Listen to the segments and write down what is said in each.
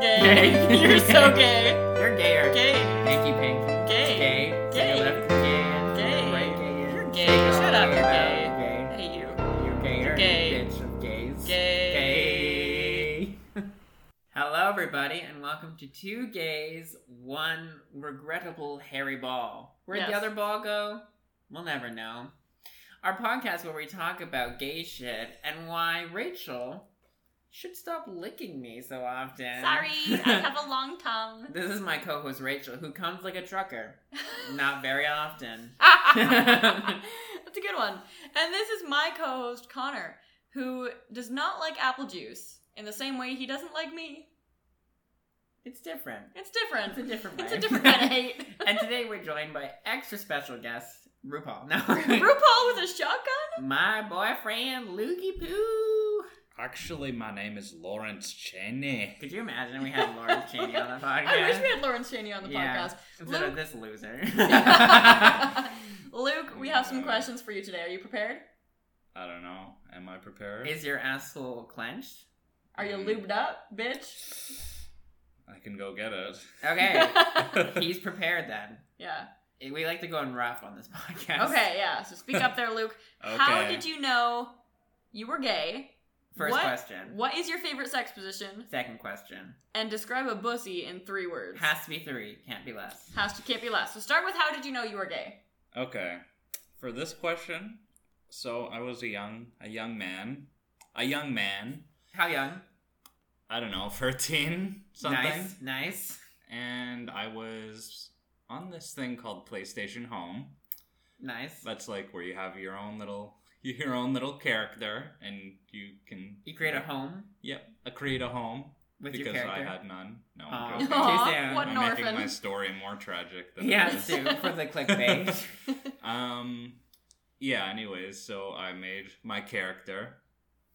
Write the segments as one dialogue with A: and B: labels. A: gay. You're so gay.
B: You're gayer.
A: Gay.
B: Pinky pink.
A: Gay.
B: Gay. To
A: Gay.
B: your left, gay.
A: Gay.
B: Right, gay.
A: You're gay.
B: Take it
A: Shut
B: all
A: up,
B: the
A: you're
B: way
A: gay.
B: around,
A: I
B: Gay.
A: hate you.
B: You're gayer.
A: Gay.
B: Bitch of gays.
A: Gay.
B: Gay. Hello, everybody, and welcome to Two Gays, One Regrettable Hairy Ball. Where'd the
A: Yes.
B: other ball go? We'll never know. Our podcast where we talk about gay shit and why Rachel should stop licking me so often.
C: Sorry, I have a long tongue.
B: this is my co host Rachel, who comes like a trucker. Not very often.
C: That's a good one. And this is my co host, Connor, who does not like apple juice in the same way he doesn't like me.
B: It's different.
C: It's
B: It's a
C: different.
B: different way.
C: It's a different kind of hate.
B: and today we're joined by extra special guest RuPaul. No,
C: RuPaul with a shotgun?
B: my boyfriend Loogie Poo.
A: Actually, my name is Lawrence Cheney.
B: Could you imagine we had Lauren Cheney on the podcast?
C: I wish we had Lawrence Cheney on the
B: Yeah. Instead of
C: Luke-
B: this loser.
C: podcast. Luke, we have some questions for you today. Are you prepared?
A: I don't know. Am I prepared?
B: Is your asshole clenched?
C: Are you
B: Mm-hmm.
C: lubed up, bitch?
A: I can go get it.
B: Okay, he's prepared then.
C: yeah.
B: We like to go in rough on this podcast.
C: Okay, yeah. So speak up there, Luke.
A: okay.
C: How did you know you were gay?
B: First
C: What?
B: question.
C: What is your favorite sex position?
B: Second question.
C: And describe a bussy in three words.
B: Has to be three. Can't be less.
C: Has to can't be less. So start with how did you know you were gay?
A: Okay. For this question, so I was a young a young man. A young man.
B: How young?
A: I don't know, 13 something.
B: Nice. Nice.
A: And I was on this thing called PlayStation Home.
B: Nice.
A: That's like where you have your own little your own little character and you can
B: You create a home
A: Yep, a create a home
B: with
A: because
B: your
A: I
B: character.
A: had none. No,
B: Aw.
A: I'm joking.
B: Aw.
C: Aw,
B: soon.
C: what
A: I'm
C: an
A: making
C: orphan.
A: my story more tragic than
B: Yeah,
A: it
C: Yes.
A: is.
B: Sue, for the clickbait.
A: Um yeah, anyways, so I made my character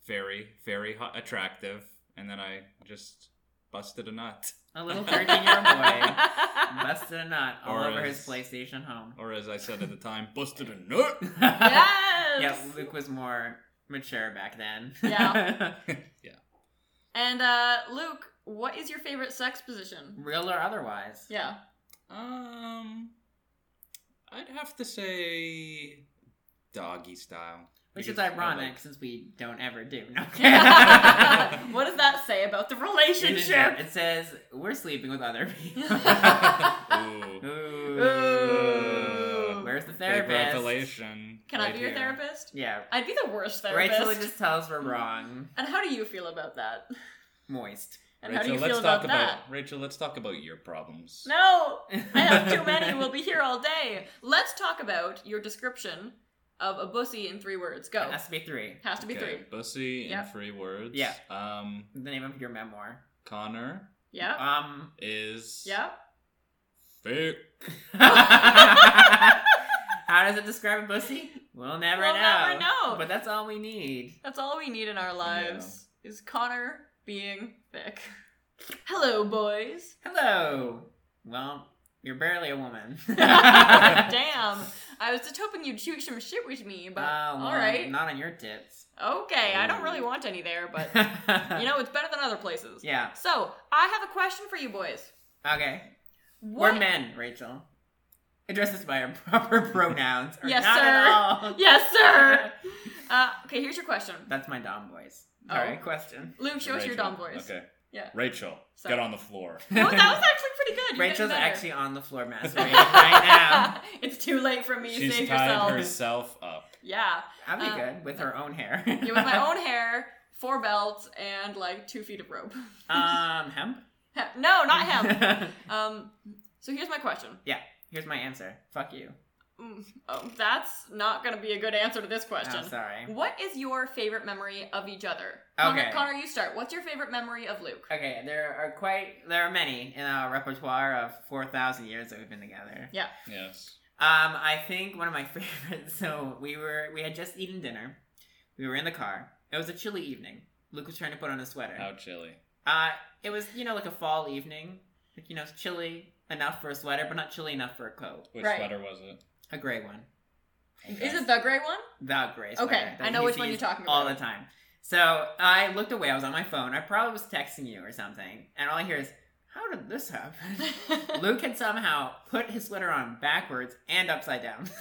A: very very hot, attractive and then I just busted a nut
B: a little 13 year old boy busted a nut all
A: Or
B: over his
A: is-
B: PlayStation home.
A: or as I said at the time, busted a nut.
B: yeah.
C: yes.
B: Luke was more mature back then.
C: Yeah.
A: yeah.
C: And uh, Luke, what is your favorite sex position?
B: Real or otherwise.
C: Yeah.
A: Um I'd have to say doggy style.
B: Which is
A: Because I
B: ironic
A: like-
B: since we don't ever do. No.
C: what does that say about the
B: It is-
C: relationship?
B: It says we're sleeping with other people.
A: Ooh.
B: Ooh.
C: Ooh.
B: Where's the
A: Big
B: therapist?
A: revelation.
C: Can I
A: right
C: be your
A: here.
C: therapist?
B: Yeah.
C: I'd be the worst therapist.
B: Rachel would just tell us we're wrong.
C: And how do you feel about that?
B: Moist.
C: And how do you
A: let's
C: feel
A: talk
C: about that?
A: Rachel, let's talk about your problems.
C: No, I have too many. We'll be here all day. Let's talk about your description of a bussy in three words. Go.
B: It has to be three.
C: Has to be
A: Okay,
C: three.
A: Bussy
C: Yeah.
A: in three words.
B: Yeah.
A: Um,
B: The name of your memoir.
A: Connor
C: Yeah.
B: Um.
A: is.
C: Yeah.
A: Thick.
B: How does it describe a pussy? We'll never
C: We'll
B: know.
C: never know.
B: But that's all we need.
C: That's all we need in our lives is Connor being thick. Hello, boys.
B: Hello. Well, you're barely a woman.
C: Damn. I was just hoping you'd shoot some shit with me, but
B: Oh, well,
C: all right.
B: Not on your tits.
C: Okay, I don't really want any there, but you know it's better than other places.
B: Yeah.
C: So I have a question for you boys.
B: Okay.
C: What?
B: We're men, Rachel. Address us by our proper pronouns. Or
C: Yes,
B: not At all.
C: Yes, sir. Uh, okay, here's your question.
B: That's my dom voice.
C: Oh.
B: All right, question.
C: Luke, show us your
A: Rachel.
C: dumb voice.
A: Okay.
C: Yeah.
A: Rachel,
C: So-
A: get on the floor.
C: No, that was actually pretty good. You're getting
B: Rachel's
C: better.
B: actually on the floor masturbating right now.
C: it's too late for me.
A: She's
C: Save
A: tied
C: yourself.
A: herself up.
C: Yeah.
B: That'd be
C: Uh,
B: good with her own hair.
C: Yeah, with my own hair, four belts, and like two feet of rope.
B: um, hemp.
C: Hemp. No, not him. um, so here's my question.
B: Here's my answer. Fuck you.
C: Mm, Oh, that's not going to be a good answer to this question.
B: Oh, sorry.
C: what is your favorite memory of each other?
B: Okay.
C: Connor, Connor, you start. What's your favorite memory of Luke?
B: Okay, there are quite there are many in our repertoire of four thousand years that we've been together.
A: Yes.
B: Um, I think one of my favorites. So we were we had just eaten dinner. We were in the car. It was a chilly evening. Luke was trying to put on a sweater.
A: How chilly.
B: Uh, it was you know like a fall evening, like you know it's chilly enough for a sweater, but not chilly enough for a coat.
A: Which
C: Right.
A: sweater was it?
B: A gray one.
A: Okay.
C: Is it the gray one?
B: The gray sweater.
C: Okay,
B: that
C: I know
B: he
C: which one
B: sees
C: you're talking
B: all the
C: about.
B: time. So I looked away. I was on my phone. I probably was texting you or something, and all I hear is How did this happen? Luke had somehow put his sweater on backwards and upside down.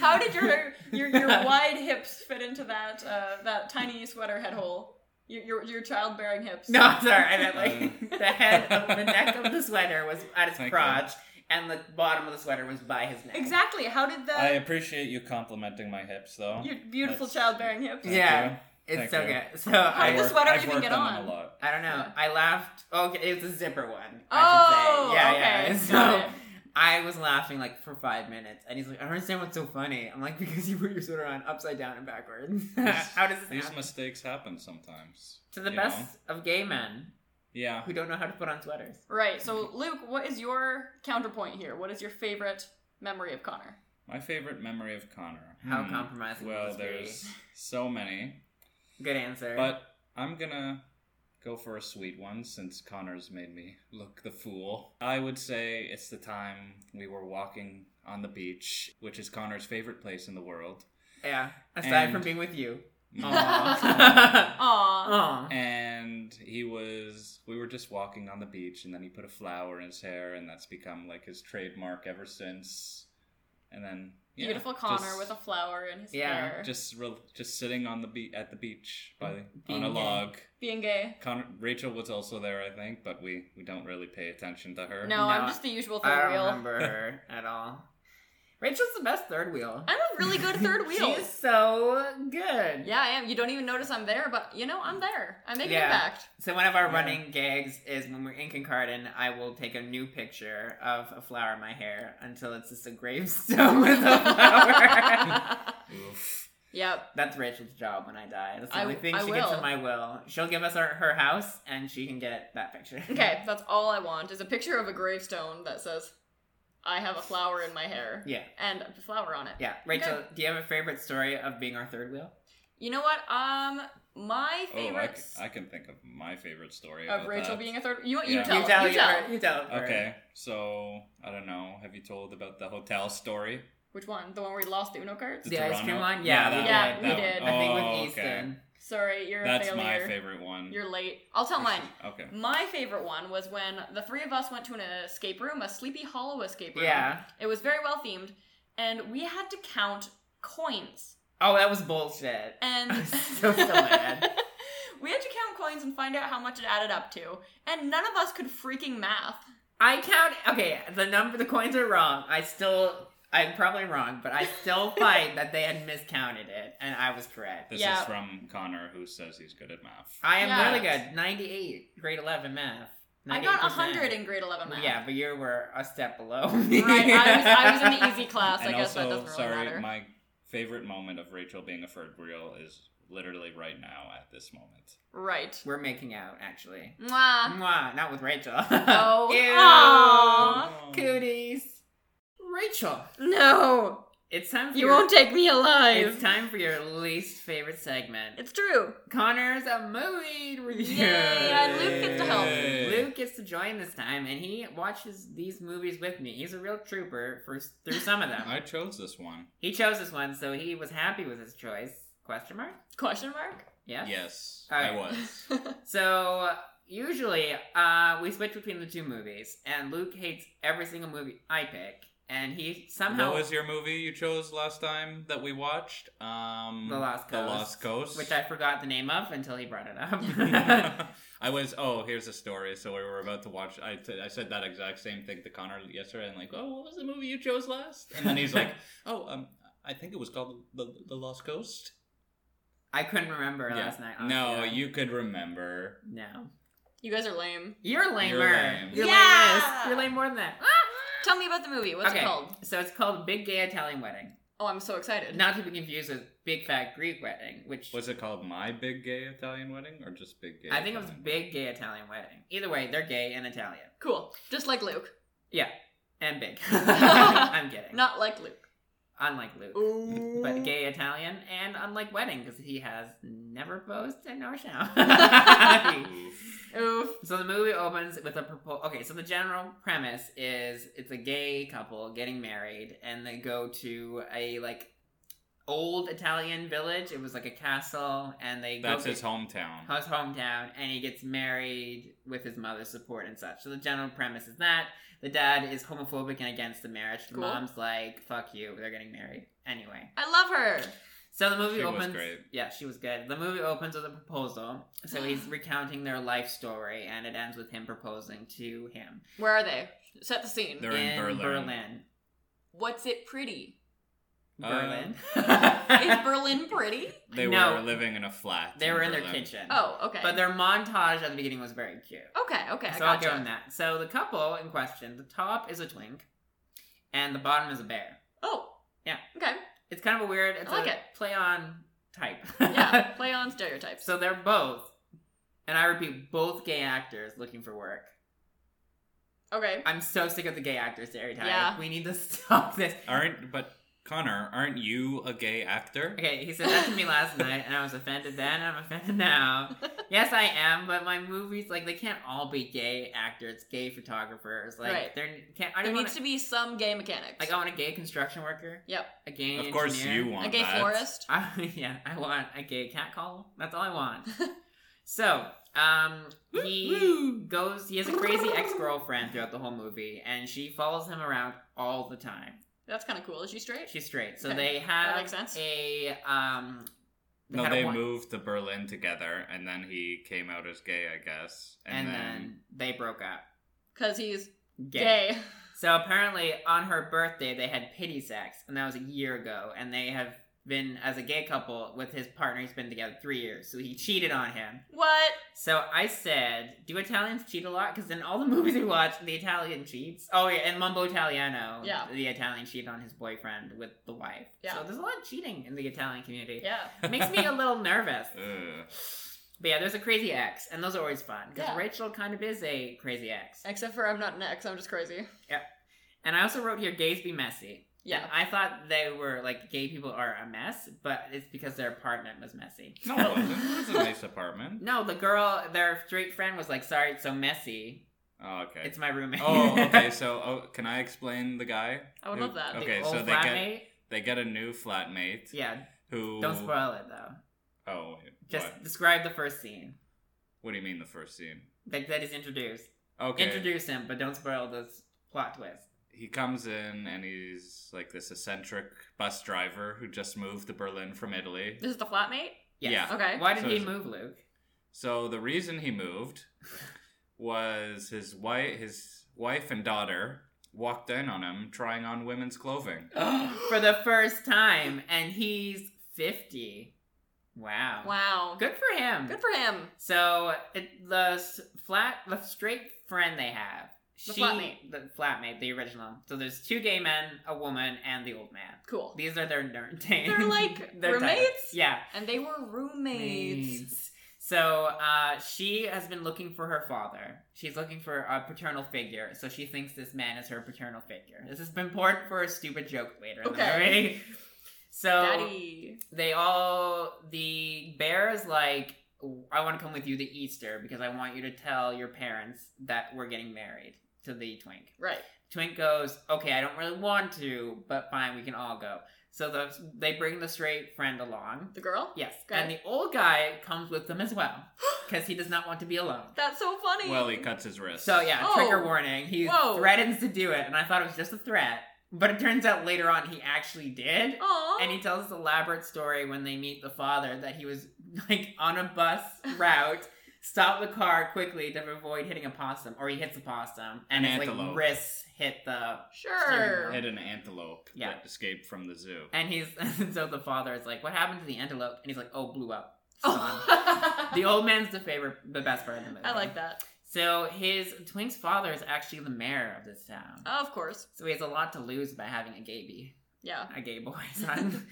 C: How did your your your wide hips fit into that uh, that tiny sweater head hole? Your your, your childbearing hips.
B: No, I'm sorry. I meant like the head of the neck of the sweater was at his
A: Thank
B: crotch, and the bottom of the sweater was by his neck.
C: Exactly. How did
A: I
C: the
A: appreciate you complimenting my hips, though.
C: your beautiful
A: That's-
C: childbearing hips?
A: Thank
B: Yeah.
A: you.
B: It's
A: Thank
B: so
A: you.
B: good. So
C: How
B: I,
C: did
A: I've
C: the
A: worked-
C: sweater
A: I've
C: even
A: worked
C: get
A: them
C: on?
A: A lot.
B: I don't know.
C: Yeah.
B: I laughed. Oh, okay, it's a zipper one.
C: Oh,
B: I should say. yeah,
C: okay.
B: yeah.
C: Got
B: So
C: it.
B: I was laughing like for five minutes, and he's like, "I don't understand what's so funny." I'm like, "Because you put your sweater on upside down and backwards. How does this
A: These
B: happen?"
A: mistakes happen sometimes.
B: to the
A: you
B: best
A: know?
B: of gay men
A: Yeah.
B: who don't know how to put on sweaters.
C: Right. So Luke, what is your counterpoint here? What is your favorite memory of Connor?
A: My favorite memory of Connor.
B: How
A: Hmm.
B: compromising
A: Well,
B: must be.
A: there's so many,
B: Good answer.
A: but I'm gonna go for a sweet one since Connor's made me look the fool. I would say it's the time we were walking on the beach, which is Connor's favorite place in the world.
B: yeah, aside
A: and-
B: from being with you.
A: Aw.
C: Aw.
B: Aw.
A: and he was we were just walking on the beach and then he put a flower in his hair and that's become like his trademark ever since and then yeah,
C: Beautiful Connor
A: just-
C: with a flower in his
B: Yeah,
C: hair.
A: just real, just sitting on the be- at the beach by
B: Being
A: on a
B: gay.
A: log
C: Being gay.
A: Con- Rachel was also there, I think, but we, we don't really pay attention to her.
C: No,
B: No,
C: I'm just the usual
B: I
C: third
B: don't
C: wheel.
B: remember her at all. Rachel's the best third wheel.
C: I'm a really good third wheel.
B: She's so good.
C: Yeah, I am. You don't even notice I'm there, but you know, I'm there. I make an
B: Yeah.
C: impact.
B: So one of our
A: Yeah.
B: running gags is when we're in Concarden, I will take a new picture of a flower in my hair until it's just a gravestone with a flower.
A: Oof.
C: yep.
B: That's Rachel's job when I die. That's the
C: I
B: only
C: w-
B: thing
C: I
B: she gets
C: will.
B: in my will. She'll give us her, her house and she can get that picture.
C: Okay, that's all I want is a picture of a gravestone that says, I have a flower in my hair.
B: Yeah.
C: And a flower on it.
B: Yeah. Rachel, do you have a favorite story of being our third wheel?
C: You know what? Um, my
A: Oh, I,
C: favorite
A: c- I can think of my favorite story
C: of
A: about
C: Rachel
A: that.
C: being a third. You, you
A: Yeah.
C: tell. You
B: tell.
C: tell.
B: it first. You tell. it first.
A: Okay, so I don't know. Have you told about the hotel story?
C: Which one? The one where we lost the Uno cards?
B: The ice cream
A: Toronto?
B: one?
A: Yeah,
B: Yeah,
A: that
C: one,
B: we
C: that
B: did.
C: one.
B: I think
A: Oh,
B: with
A: okay.
B: Easton.
C: Sorry, you're
A: That's
C: a failure.
A: my favorite one.
C: You're late. I'll tell mine.
A: Okay.
C: My favorite one was when the three of us went to an escape room, a Sleepy Hollow escape room.
B: Yeah.
C: It was very well themed, and we had to count coins.
B: Oh, that was bullshit.
C: And
B: I'm so glad.
C: we had to count coins and find out how much it added up to, and none of us could freaking math.
B: I count. Okay, the number, the coins are wrong. I still, I'm probably wrong, but I still fight that they had miscounted it, and I was correct.
A: This
C: Yeah.
A: is from Connor, who says he's good at math.
B: I am
C: Yeah.
B: really good. 98, grade 11 math.
C: I got
B: 98%.
C: 100 in grade 11 math.
B: Yeah, but you were a step below me.
C: Right, I was, I was in the easy class.
A: and
C: I guess
A: also,
C: that doesn't really
A: sorry,
C: matter.
A: my favorite moment of Rachel being a third wheel is literally right now at this moment.
C: Right.
B: We're making out, actually.
C: Mwah.
B: Mwah, not with Rachel.
C: Oh.
B: Ew.
C: Aw.
A: Oh.
B: Cooties. Rachel,
C: No,
B: it's time for
C: you
B: your,
C: won't take me alive.
B: It's time for your least favorite segment.
C: It's true.
B: Connor's a movie review.
C: Yay, Luke gets to help.
B: Luke gets to join this time, and he watches these movies with me. He's a real trooper for through some of them.
A: I chose this one.
B: He chose this one, so he was happy with his choice. Question mark?
C: Question mark?
B: Yeah.
A: Yes,
B: All
A: I
B: right.
A: was.
B: So usually, uh, we switch between the two movies, and Luke hates every single movie I pick, and he somehow,
A: What was your movie you chose last time that we watched? Um,
B: The Lost
A: The
B: Coast.
A: Lost Coast.
B: which I forgot the name of until he brought it up.
A: I was. Oh, here's a story. So we were about to watch. I, t- I said that exact same thing to Connor yesterday, and like, oh, what was the movie you chose last? And then he's like, oh, um, I think it was called The, the Lost Coast.
B: I couldn't remember last night. honestly,
A: no,
B: though.
A: you could remember.
B: No,
C: you guys are lame.
B: you're lamer.
A: lame.
B: You're
C: Yeah!
B: lame. You're lame more than that.
C: Tell me about the movie. What's it
B: Okay.
C: called?
B: So it's called Big Gay Italian Wedding.
C: Oh, I'm so excited.
B: Not to be confused with Big Fat Greek Wedding, which
A: Was it called My Big Gay Italian Wedding or just Big Gay?
B: I think it was
A: Italian
B: Big Gay Italian Wedding. Either way, they're gay and Italian.
C: Cool. Just like Luke.
B: And big. I'm kidding.
C: Not like Luke.
B: Unlike Luke.
C: Ooh.
B: But gay Italian and unlike wedding because he has never posed and nor shall.
A: Wedding? Oof.
C: Oof.
B: so the movie opens with a proposal. Okay, so the general premise is it's a gay couple getting married and they go to a like old Italian village. It was like a castle, and they
A: That's
B: go
A: his hometown.
B: his hometown, and he gets married with his mother's support and such. So the general premise is that the dad is homophobic and against the marriage. The
C: Cool.
B: mom's like, "Fuck you," they're getting married anyway.
C: I love her.
B: So the movie
A: She was
B: opens.
A: great.
B: Yeah, she was good. The movie opens with a proposal. So he's recounting their life story, and it ends with him proposing to him
C: Where are they? Set the scene.
A: They're in Berlin.
B: Berlin.
C: What's it pretty?
A: Uh,
B: Berlin.
C: Is Berlin pretty?
A: They
B: No.
A: were living in a flat.
B: they
A: in
B: were in their
A: Berlin.
B: kitchen.
C: Oh, okay.
B: But their montage at the beginning was very cute.
C: okay, okay. I
B: so I'll
C: gotcha.
B: go on that. So the couple in question, the top is a twink, and the bottom is a bear.
C: Oh,
B: Yeah.
C: Okay.
B: It's kind of a weird. It's
C: I like
B: a
C: it.
B: Play on type.
C: Yeah. Play on stereotypes.
B: so they're both, and I repeat, both gay actors looking for work.
C: okay.
B: I'm so sick of the gay actor stereotype.
C: Yeah.
B: We need to stop this.
A: Aren't but Connor? Aren't you a gay actor?
B: Okay, he said that to me last night, and I was offended then, and I'm offended now. Yes, I am, but my movies, like, they can't all be gay actors, gay photographers. Like,
C: Right.
B: they're can't. I
C: There
B: don't want
C: needs to be some gay mechanics.
B: like. I want a gay construction worker.
C: Yep.
B: A gay.
A: Of course
B: engineer.
A: you want
C: a gay
A: that.
C: florist.
B: I, yeah, I want a gay cat call. That's all I want. so, um, he goes. He has a crazy ex girlfriend throughout the whole movie, and she follows him around all the time.
C: That's kind of cool. Is she straight?
B: She's straight, so
C: Okay,
B: they have
C: makes sense.
B: a um.
A: No,
B: had a
A: they
B: one-
A: moved to Berlin together, and then he came out as gay, I guess.
B: and then they broke up.
C: Because he's
B: Gay.
C: gay.
B: So apparently, on her birthday, they had pity sex, and that was a year ago. And they have been as a gay couple with his partner. He's been together three years, so he cheated on him.
C: What?
B: So I said, do Italians cheat a lot? Because in all the movies we watch, the Italian cheats. Oh yeah, and Mumbo Italiano,
C: Yeah.
B: the Italian cheated on his boyfriend with the wife.
C: Yeah.
B: So there's a lot of cheating in the Italian community.
C: Yeah.
B: It makes me a little nervous.
A: Ugh.
B: But yeah, there's a crazy ex, and those are always fun because
C: Yeah.
B: Rachel kind of is a crazy ex.
C: Except for I'm not an ex. I'm just crazy.
B: And I also wrote here, gays be messy.
C: Yeah.
B: And I thought they were like gay people are a mess, but it's because their apartment was messy.
A: no, it wasn't. It was a nice apartment.
B: No, the girl, their straight friend, was like, "Sorry, it's so messy.
A: Oh, okay.
B: It's my roommate."
A: oh, okay. So, oh, can I explain the guy?
C: I would
A: who-
C: love that.
B: The
A: Okay,
B: old
A: so they get
B: flatmate?
A: they get a new flatmate
B: Yeah,
A: who
B: don't spoil it though.
A: Oh, wait,
B: Just
A: what?
B: describe the first scene
A: What do you mean the first scene?
B: that that is introduced.
A: Okay.
B: Introduce him, but don't spoil this plot twist.
A: he comes in and he's like this eccentric bus driver who just moved to Berlin from Italy.
C: This is the flatmate?
B: Yes.
A: Yeah.
C: Okay.
B: Why did
A: So
B: he
A: it's-
B: move, Luke?
A: So the reason he moved was his wife his wife and daughter walked in on him trying on women's clothing.
B: For the first time, and he's fifty. Wow.
C: Wow.
B: Good for him.
C: Good for him.
B: So it, the s- flat, the straight friend they have.
C: The flatmate.
B: the flatmate, the original. So there's two gay men, a woman, and the old man.
C: Cool.
B: These are their nerd
C: They're like roommates?
B: Yeah,
C: And they were roommates.
B: mates. So uh, she has been looking for her father. She's looking for a paternal figure. So she thinks this man is her paternal figure. This has been important for a stupid joke later. in the
C: Okay.
B: movie. So
C: Daddy.
B: they all the bear is like i want to come with you to easter because i want you to tell your parents that we're getting married to the twink
C: Right.
B: twink goes okay i don't really want to but fine we can all go so the, they bring the straight friend along
C: The girl?
B: yes
C: Okay.
B: and the old guy comes with them as well because he does not want to be alone
C: That's so funny.
A: Well, he cuts his wrist.
B: so yeah
C: Oh.
B: trigger warning he
C: Whoa.
B: threatens to do it and i thought it was just a threat but it turns out later on he actually did
C: Aw.
B: and he tells this elaborate story when they meet the father that he was like on a bus route, stopped the car quickly to avoid hitting a possum, or he hits a possum, and
A: An
B: his like
A: antelope.
B: wrists hit the.
C: sure.
A: hit an antelope
B: Yeah.
A: that escaped from the zoo.
B: And he's and so the father is like, "What happened to the antelope?" And he's like, "Oh, blew up." son."
C: Oh.
B: the old man's the favorite, the best part of the movie.
C: I like that.
B: So his twink's father is actually the mayor of this town.
C: of course.
B: So he has a lot to lose by having a gay bee,
C: Yeah.
B: a gay boy son.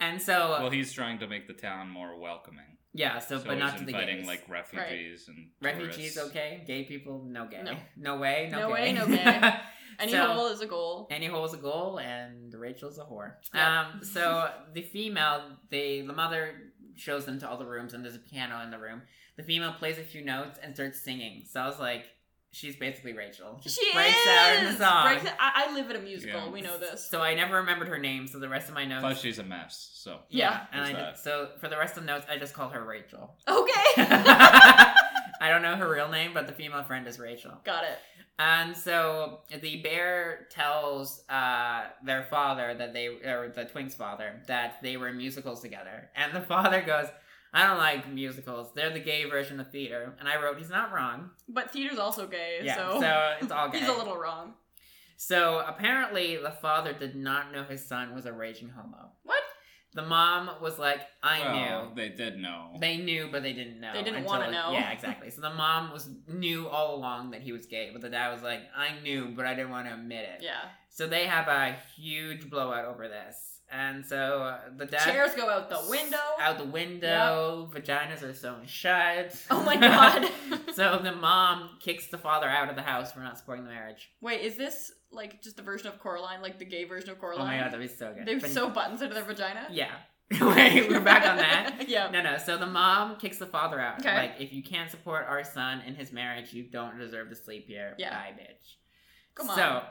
B: and so
A: Well, he's trying to make the town more welcoming.
B: yeah, uh, so,
A: so
B: but not
A: he's
B: to the
A: inviting
B: gays.
A: like refugees and
B: Refugees
A: tourists.
B: okay, gay people no gay.
C: No.
B: way, no,
C: No
B: gay.
C: way, no gay. Any
B: So-
C: hole is a goal.
B: Any hole's a goal and Rachel's a whore.
C: Yeah.
B: Um so the female they the mother shows them to all the rooms and there's a piano in the room. The female plays a few notes and starts singing. So I was like she's basically Rachel. Just
C: She
B: breaks
C: is.
B: out in the song.
C: Breaks it- I, I live in a musical.
A: Yeah.
C: We know this.
B: So I never remembered her name, so the rest of my notes.
A: Plus, she's a mess. So
B: yeah, and
A: Who's
B: I
A: that?
B: just, so for the rest of the notes, I just call her Rachel.
C: Okay.
B: I don't know her real name, but the female friend is Rachel.
C: Got it.
B: And so the bear tells uh, their father that they, or the twins' father, that they were in musicals together. And the father goes, I don't like musicals. They're the gay version of theater. And I wrote, he's not wrong.
C: But theater's also gay,
B: Yeah, so,
C: so,
B: it's all gay.
C: he's a little wrong.
B: So apparently, the father did not know his son was a raging homo.
C: What?
B: The mom was like, I
A: well,
B: knew.
A: they did know.
B: They knew, but they didn't know.
C: They didn't
B: until
C: wanna
B: it-
C: know.
B: Yeah, exactly. So the mom was knew all along that he was gay, but the dad was like, I knew, but I didn't want to admit it.
C: Yeah.
B: So they have a huge blowout over this, and so uh, the dad
C: Chairs go out the window.
B: out the window. Vaginas are sewn shut.
C: Oh my god.
B: so the mom kicks the father out of the house for not supporting the marriage.
C: Wait, is this like just the version of Coraline, like the gay version of
B: Oh my
C: Coraline?
B: god, that'd be so good.
C: They
B: But-
C: sew buttons into their vagina.
B: Yeah. Wait, we're back on that.
C: yeah.
B: No, no. So the mom kicks the father out.
C: Okay.
B: Like, if you can't support our son in his marriage, you don't deserve to sleep here.
C: Yeah.
B: Bye, bitch.
C: Come on.
B: So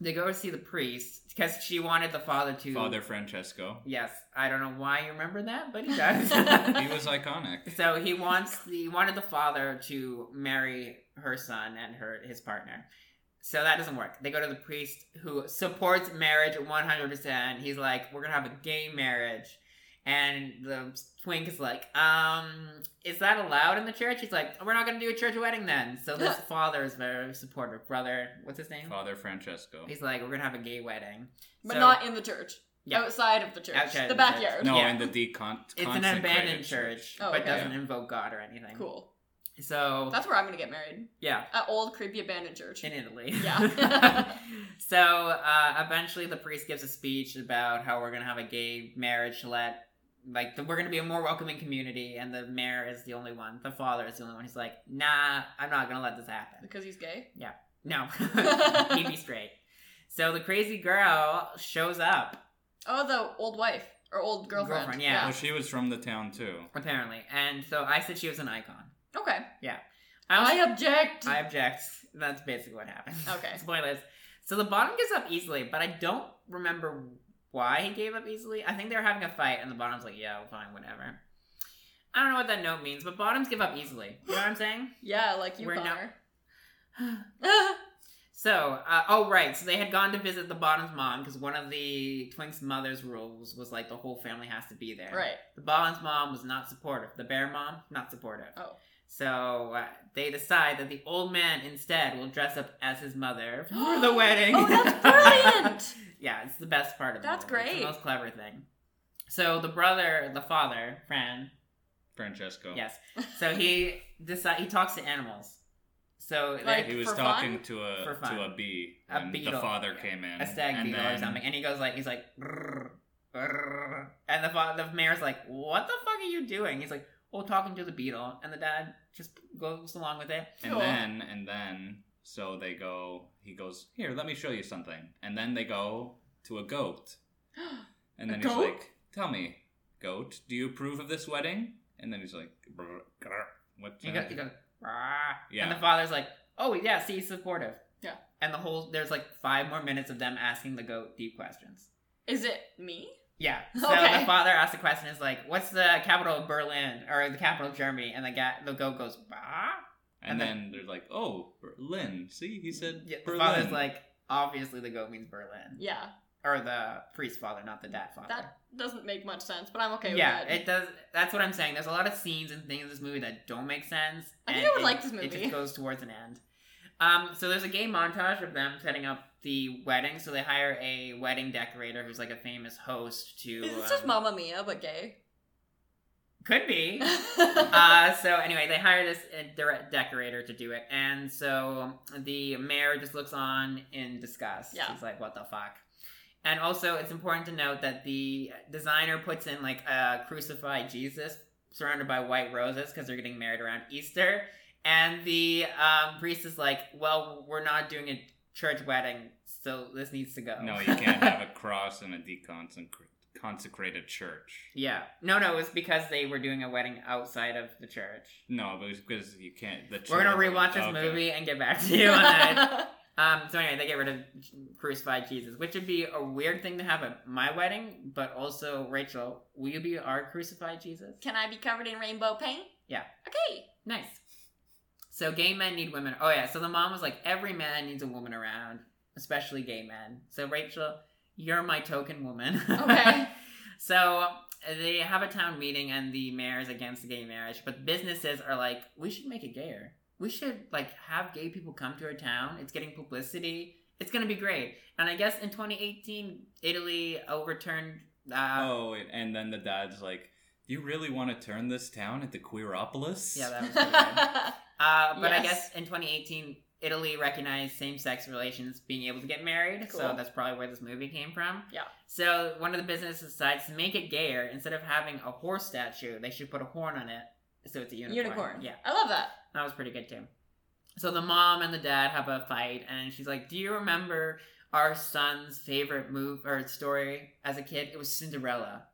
B: they go to see the priest because she wanted the father to.
A: Father Francesco.
B: Yes. I don't know why you remember that, but he does.
A: He was iconic.
B: so he wants the, he wanted the father to marry her son and her his partner. So that doesn't work. They go to the priest who supports marriage 100%. He's like, "We're going to have a gay marriage." And the twink is like, "Um, is that allowed in the church?" He's like, "We're not going to do a church wedding then." So this father is very supportive. Brother, what's his name?
A: Father Francesco.
B: He's like, "We're going to have a gay wedding."
C: But
B: So-
C: not in the church.
B: Yeah.
C: Outside of the church.
B: Outside
C: the
B: of the church.
C: backyard.
A: No,
B: Yeah.
A: in the decon.
B: It's an abandoned
A: consecrated
B: church,
C: Oh,
B: but
C: okay.
B: doesn't invoke God or anything.
C: Cool.
B: So,
C: That's where I'm gonna get married.
B: yeah.
C: At old creepy abandoned church.
B: in Italy.
C: Yeah.
B: so uh, eventually, the priest gives a speech about how we're gonna have a gay marriage to let, like, the, we're gonna be a more welcoming community, and the mayor is the only one. The father is the only one. He's like, nah, I'm not gonna let this happen.
C: Because he's gay.
B: No, he'd be straight. So the crazy girl shows up,
C: Oh, the old wife or old girlfriend.
B: Girlfriend, yeah.
A: Well, Oh, she was from the town too.
B: apparently, and so I said she was an icon.
C: Okay.
B: I was
C: I object.
B: I object. That's basically what happened.
C: Okay.
B: Spoilers. So the bottom gives up easily, but I don't remember why he gave up easily. I think they were having a fight, and the bottom's like, "Yo, fine, whatever." I don't know what that note means, but bottoms give up easily. You know what I'm saying?
C: yeah, like you
B: We're not-
C: Connor.
B: So, uh, oh right, so they had gone to visit the bottom's mom because one of the twink's mother's rules was like the whole family has to be there.
C: right.
B: The Bond's mom was not supportive. The bear mom, not supportive.
C: Oh.
B: So uh, they decide that the old man instead will dress up as his mother for the wedding.
C: Oh, that's brilliant.
B: yeah, it's the best part of it.
C: That's
B: It's
C: great.
B: the most clever thing. So the brother, the father, Fran,
A: Francesco.
B: yes. So he decide he talks to animals. So
C: Like,
A: He was
C: for
A: talking
C: fun?
A: to a
B: For fun.
A: to a bee.
B: A
A: when
B: beetle.
A: The father
B: Yeah.
A: came in.
B: a stag
A: and
B: beetle or
A: then-
B: something, and he goes like, he's like, "Brrr, brrr." and the fa- the mayor's like, what the fuck are you doing? He's like, oh, talking to the beetle, and the dad just goes along with it.
A: And
C: Cool.
A: then and then so they go. He goes here. Let me show you something. And then they go to a goat. And
C: A
A: then he's
C: goat?
A: like, "Tell me, goat, do you approve of this wedding?" And then he's like, "Brr, grr, "What?"
B: He goes, he goes "Rah."
A: Uh-huh. Yeah.
B: and the father's like, oh yeah, see, he's supportive.
C: Yeah.
B: and the whole there's like five more minutes of them asking the goat deep questions.
C: Is it me?
B: Yeah. So
C: Okay.
B: the father asks the question is like, what's the capital of Berlin or the capital of Germany? And the guy, the goat goes, bah. and
A: and then, they're like, "Oh, Berlin. See, he said
B: Yeah, the
A: Berlin."
B: father's like, obviously the goat means Berlin.
C: Yeah.
B: or the priest father, not the dad father.
C: That doesn't make much sense, but I'm okay with
B: yeah,
C: that.
B: it does. That's what I'm saying. There's a lot of scenes and things in this movie that don't make sense.
C: I think
B: and
C: I would
B: it-
C: like this
B: It
C: movie.
B: just goes towards an end. Um, so there's a gay montage of them setting up the wedding. So they hire a wedding decorator who's like a famous host to.
C: Is this
B: um,
C: just Mamma Mia but gay?
B: Could be. uh, so anyway, they hire this uh, dire- decorator to do it, and so the mayor just looks on in disgust.
C: Yeah.
B: He's like, "What the fuck." And also, it's important to note that the designer puts in like a crucified Jesus surrounded by white roses because they're getting married around Easter. And the um, priest is like, "Well, we're not doing a church wedding, so this needs to go."
A: No, you can't have a cross and a deconsecrated consecrated church.
B: Yeah. No, no, it was because they were doing a wedding outside of the church.
A: No, but it's because you can't. The
B: We're gonna
A: church-
B: rewatch this
A: okay.
B: movie and get back to you on that. Um, so anyway, they get rid of crucified Jesus, which would be a weird thing to have at my wedding, but also Rachel, will you be our crucified Jesus?
C: Can I be covered in rainbow paint?
B: Yeah.
C: Okay.
B: Nice. So gay men need women. Oh yeah. So the mom was like, every man needs a woman around, especially gay men. So Rachel, you're my token woman.
C: Okay.
B: so they have a town meeting, and the mayor is against gay marriage, but businesses are like, we should make it gayer. We should like have gay people come to our town. It's getting publicity. It's gonna be great. And I guess in 2018, Italy overturned. Uh,
A: Oh, and- and then the dad's like, "You really want to turn this town into queeropolis?"
B: Yeah, that was pretty good. Uh, but I
C: Yes.
B: guess in 2018, Italy recognized same-sex relations being able to get married, so
C: Cool.
B: that's probably where this movie came from.
C: Yeah.
B: So one of the businesses decides to make it gayer. Instead of having a horse statue, they should put a horn on it, so it's a unicorn.
C: Unicorn.
B: Yeah,
C: I love that.
B: that was pretty good too. So the mom and the dad have a fight, and she's like, "Do you remember our son's favorite move or story as a kid? It was Cinderella."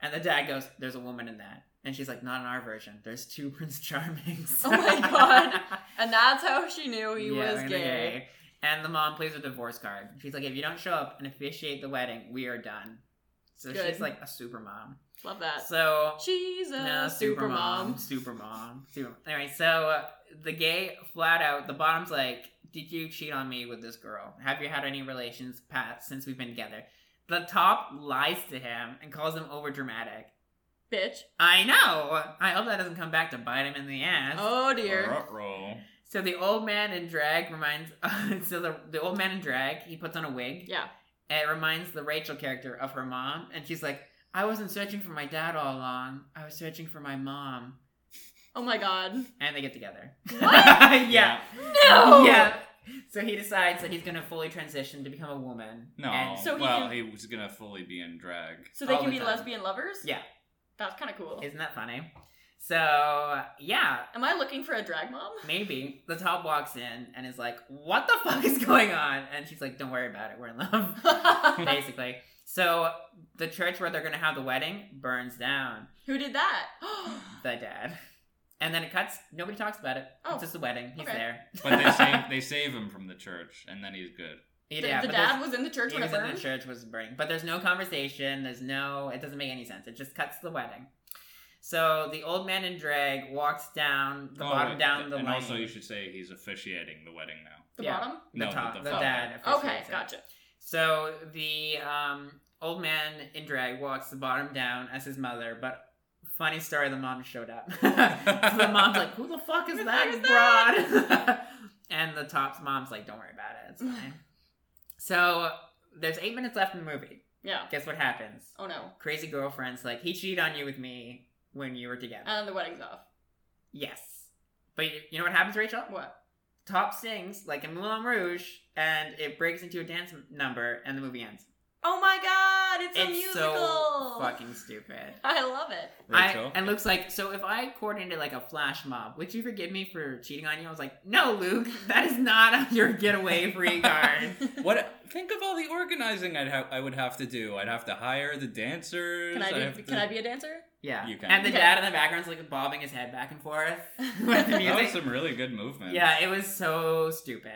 B: And the dad goes, "There's a woman in that." And she's like, "Not in our version. There's two Prince Charmings."
C: Oh my God. And that's how she knew Oh, he
B: Yeah,
C: was
B: they're
C: gay.
B: gonna be And the mom plays her divorce card. She's like, if you don't show up and officiate the wedding, we are done. So
C: Good.
B: she's like a super mom.
C: Love that.
B: So
C: She's a
B: no, super mom, super mom, super. Anyway, so uh, the gay flat out. The bottom's like, did you cheat on me with this girl? Have you had any relations, Pat, since we've been together? The top lies to him and calls him over dramatic.
C: Bitch.
B: I know. I hope that doesn't come back to bite him in the ass.
C: Oh dear.
A: Ruh-roh.
B: So the old man in drag reminds. so the the old man in drag, he puts on a wig.
C: Yeah.
B: And it reminds the Rachel character of her mom, and she's like, "I wasn't searching for my dad all along. I was searching for my mom."
C: Oh my god.
B: And they get together.
C: What?
B: yeah.
C: No.
B: Yeah. So he decides that he's gonna fully transition to become a woman.
A: No.
B: And
C: So he
A: well,
C: can-
A: he was gonna fully be in drag.
C: So they
B: All
C: can
B: the
C: be
B: time.
C: lesbian lovers?
B: Yeah.
C: That's kind of cool.
B: isn't that funny? So yeah,
C: Am I looking for a drag mom?
B: maybe the top walks in and is like, "What the fuck is going on?" And she's like, "Don't worry about it. We're in love." basically. So the church where they're going to have the wedding burns down.
C: Who did that?
B: The dad, and then it cuts. Nobody talks about it.
C: Oh,
B: it's just a wedding. He's
C: okay.
B: there.
A: But they save they save him from the church, and then he's good.
C: the
B: Yeah,
C: the
B: but
C: dad
B: there's-
C: was in the church
B: he
C: when it
B: was in the
C: burned.
B: church was burning, but there's no conversation. There's no. It doesn't make any sense. It just cuts to the wedding. So the old man in drag walks down the
A: Oh,
B: bottom
A: wait,
B: down
A: th-
B: the
A: and
B: lane.
A: also you should say he's officiating the wedding now.
C: The
B: yeah.
C: bottom.
B: the
A: no,
B: top, the,
A: father.
B: dad.
C: Okay,
B: officiates it.
C: gotcha.
B: So the um, old man in drag walks the bottom down as his mother, but funny story, the mom showed up. so the mom's like, "Who the fuck is
C: Who the
B: that
C: fuck
B: broad?" and the top's mom's like, "Don't worry about it, it's fine." so there's eight minutes left in the movie.
C: Yeah.
B: Guess what happens?
C: Oh no.
B: Crazy girlfriend's like, "He cheated on you with me when you were together."
C: And the wedding's off.
B: yes, but you, you know what happens, Rachel?
C: What?
B: Top sings like in Moulin Rouge, and it breaks into a dance number, and the movie ends.
C: Oh my god! It's, a
B: It's
C: musical.
B: so fucking stupid.
C: I love it.
B: I,
A: Rachel.
B: and Luke's like, so if I coordinated like a flash mob, would you forgive me for cheating on you? I was like, no, Luke, that is not your getaway free card.
A: what? Think of all the organizing I'd have. I would have to do. I'd have to hire the dancers.
C: Can I
A: I'd
C: do?
A: have to-
C: Can I be a dancer?
B: Yeah,
A: You can.
B: And the
C: Okay.
B: dad in the background's like bobbing his head back and forth with the
A: That was
B: music.
A: some really good movement.
B: Yeah, it was so stupid.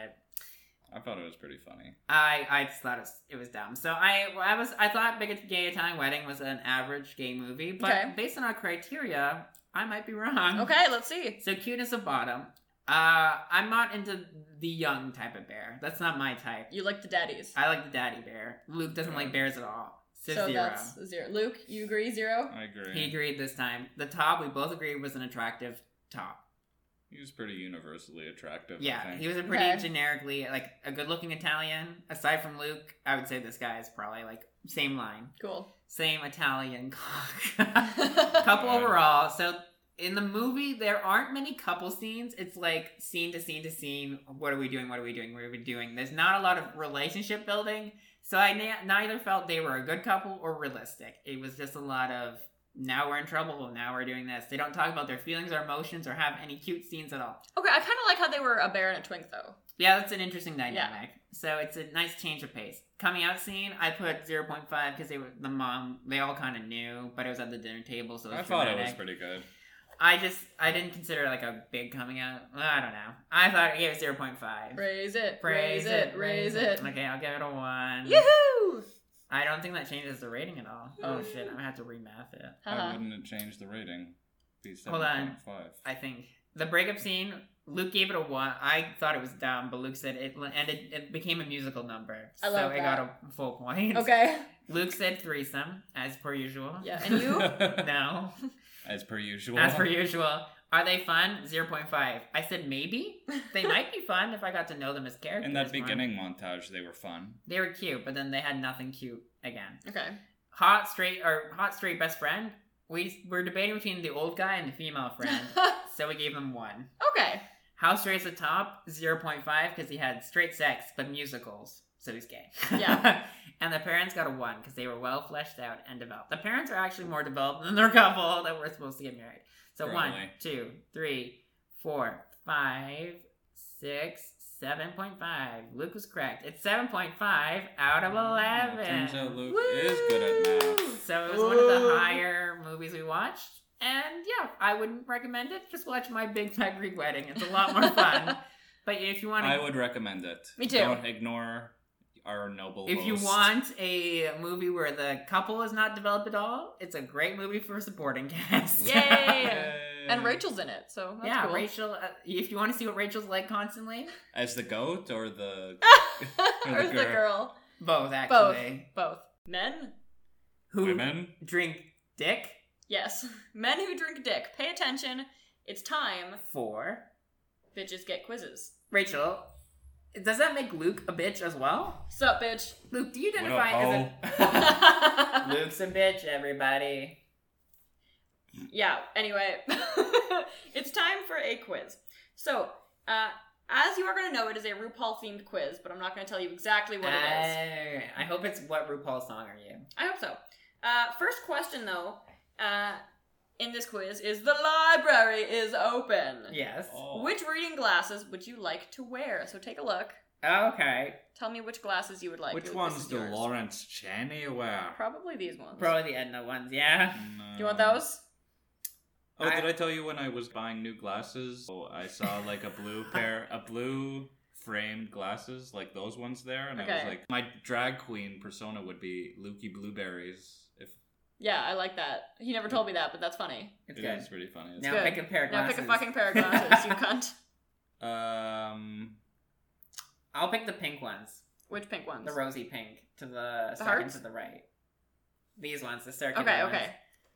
A: I thought it was pretty funny.
B: I I just thought it was, it was dumb. So I I was I thought Big Gay Italian Wedding was an average gay movie, but
C: Okay.
B: based on our criteria, I might be wrong.
C: Okay, let's see.
B: So cuteness of bottom. Uh, I'm not into the young type of bear. That's not my type.
C: You like the daddies.
B: I like the daddy bear. Luke doesn't like bears at all. So,
C: so
B: zero.
C: that's a zero. Luke, you agree? Zero.
A: I agree.
B: He agreed this time. The top we both agreed was an attractive top.
A: He was pretty universally attractive. I
B: Yeah,
A: think.
B: he was a pretty
C: Okay.
B: generically like a good-looking Italian. Aside from Luke, I would say this guy is probably like same line,
C: Cool.
B: same Italian cock. couple overall. So in the movie, there aren't many couple scenes. It's like scene to scene to scene. What are we doing? What are we doing? What are we doing? There's not a lot of relationship building. So I na- neither felt they were a good couple or realistic. It was just a lot of now we're in trouble. Now we're doing this. They don't talk about their feelings or emotions or have any cute scenes at all.
C: Okay, I kind of like how they were a bear and a twink though.
B: Yeah, that's an interesting dynamic. So it's a nice change of pace. Coming out scene, I put 0.5 because they were the mom. They all kind of knew, but it was at the dinner table, so it was
A: I thought it
B: dramatic.
A: was pretty good.
B: I just I didn't consider it like a big coming out. I don't know. I thought I gave it 0.5.
C: Raise it,
B: Praise
C: raise it, raise it. um,
B: Okay, I'll give it a one.
C: Yoo-hoo!
B: I don't think that changes the rating at all. Oh
C: Yay.
B: shit, I'm gonna have to remath it.
A: Why
C: Uh-huh.
A: wouldn't it change the rating? Be seven
B: Hold on.
A: point five.
B: I think the breakup scene. Luke gave it a one. I thought it was dumb, but Luke said it, and it, it became a musical number,
C: I love
B: so it got a full point.
C: Okay.
B: Luke said threesome, as per usual.
C: Yeah, and you?
B: No,
A: As per usual.
B: as per usual. Are they fun? Zero point five. I said maybe they might be fun if I got to know them as characters.
A: In
B: more.
A: that beginning montage, they were fun.
B: they were cute, but then they had nothing cute again.
C: Okay.
B: Hot straight or hot straight best friend. We were debating between the old guy and the female friend, so we gave him one.
C: okay.
B: House Straight the top, 0.5, because he had straight sex, but musicals, so he's gay.
C: Yeah.
B: and the parents got a 1, because they were well fleshed out and developed. The parents are actually more developed than their couple that were supposed to get married. So one,
A: Probably.
B: two, three, four, five, six, seven point five. Luke was correct. It's 7.5 out of
A: Well,
B: 11.
A: Uh, it Mm, turns out Luke is good at math.
C: Woo!
B: So it was one of the
A: Ooh.
B: higher movies we watched. And yeah, I wouldn't recommend it. Just watch My Big Fat Greek Wedding. It's a lot more fun. but if you want
A: I
B: to,
A: would recommend it.
C: Me too.
A: Don't ignore our noble.
B: if you
A: host.
B: want a movie where the couple is not developed at all, it's a great movie for a supporting cast.
C: Yay!
A: Yay.
C: And Rachel's in it, so that's
B: yeah,
C: cool.
B: Rachel. Uh, if you want to see what Rachel's like constantly,
A: as the goat or the
C: or the girl.
B: both actually.
C: Both. Men?
B: Who
A: women.
B: drink dick
C: Yes. Men who drink dick. Pay attention. It's time.
B: for
C: Bitches get quizzes.
B: Rachel. Does that make Luke a bitch as well?
C: Sup, bitch?
B: Luke, do you
A: What
B: identify as a
A: a hoe?
B: Luke's a bitch, everybody.
C: yeah, anyway. it's time for a quiz. So, uh, as you are going to know, it is a RuPaul themed quiz, but I'm not going to tell you exactly what it is.
B: Uh, I hope it's what RuPaul song are you?
C: I hope so. Uh, first question, though, uh, in this quiz is the library is open.
B: Yes.
A: Oh.
C: Which reading glasses would you like to wear? So take a look.
B: Okay.
C: Tell me which glasses you would like.
A: Which
C: This
A: one's
C: is
A: the
C: yours.
A: Lawrence Cheney wear?
C: Probably these ones.
B: Probably the Edna ones, yeah.
C: Do you want
A: Um.
C: those?
A: Oh,
B: I-
A: did I tell you when I was buying new glasses? Oh, I saw like a blue pair, a blue framed glasses, like those ones there, and I was
C: Okay.
A: like, my drag queen persona would be Lukey Blueberries. If
C: Yeah, I like that. He never told me that, but that's funny.
B: It's
A: it
B: good.
A: is pretty funny.
B: Now
C: good.
B: pick a pair of
C: Now
B: glasses.
C: pick a fucking pair of glasses, you cunt.
A: Um,
B: I'll pick the pink ones.
C: Which pink ones?
B: The rosy pink to the, second
C: hearts?
B: to the right. These ones, the circular
C: Okay,
B: ones.
C: okay.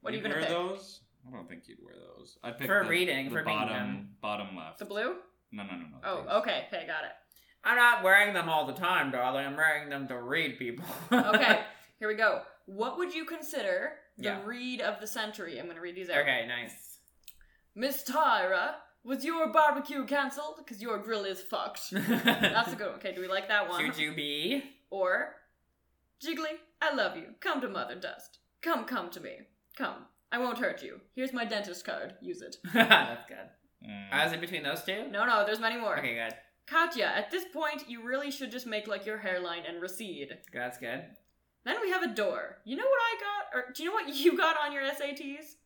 C: What are you
A: you'd
C: gonna
A: wear
C: pick?
A: those? I don't think you'd wear those. I'd pick
B: For
A: the,
B: reading,
A: the
B: for reading
A: bottom
B: them.
A: bottom left.
C: The blue?
A: No, no, no, no. please.
C: Oh, okay. Okay, got it.
B: I'm not wearing them all the time, darling. I'm wearing them to read people.
C: Okay, here we go. What would you consider the
B: Yeah.
C: read of the century? I'm gonna read these out.
B: okay, nice.
C: Miss Tyra, was your barbecue cancelled? Because your grill is fucked. That's a good one. Okay, do we like that one?
B: Jujubee.
C: Or, Jiggly, I love you. Come to Mother Dust. Come, come to me. Come. I won't hurt you. Here's my dentist card. Use it.
B: That's good.
A: Mm,
B: I was in between those two?
C: No, no, there's many more.
B: Okay, good.
C: Katya, at this point, you really should just make like your hairline and recede.
B: That's good.
C: Then we have a door. You know what I got? Or do you know what you got on your SATs?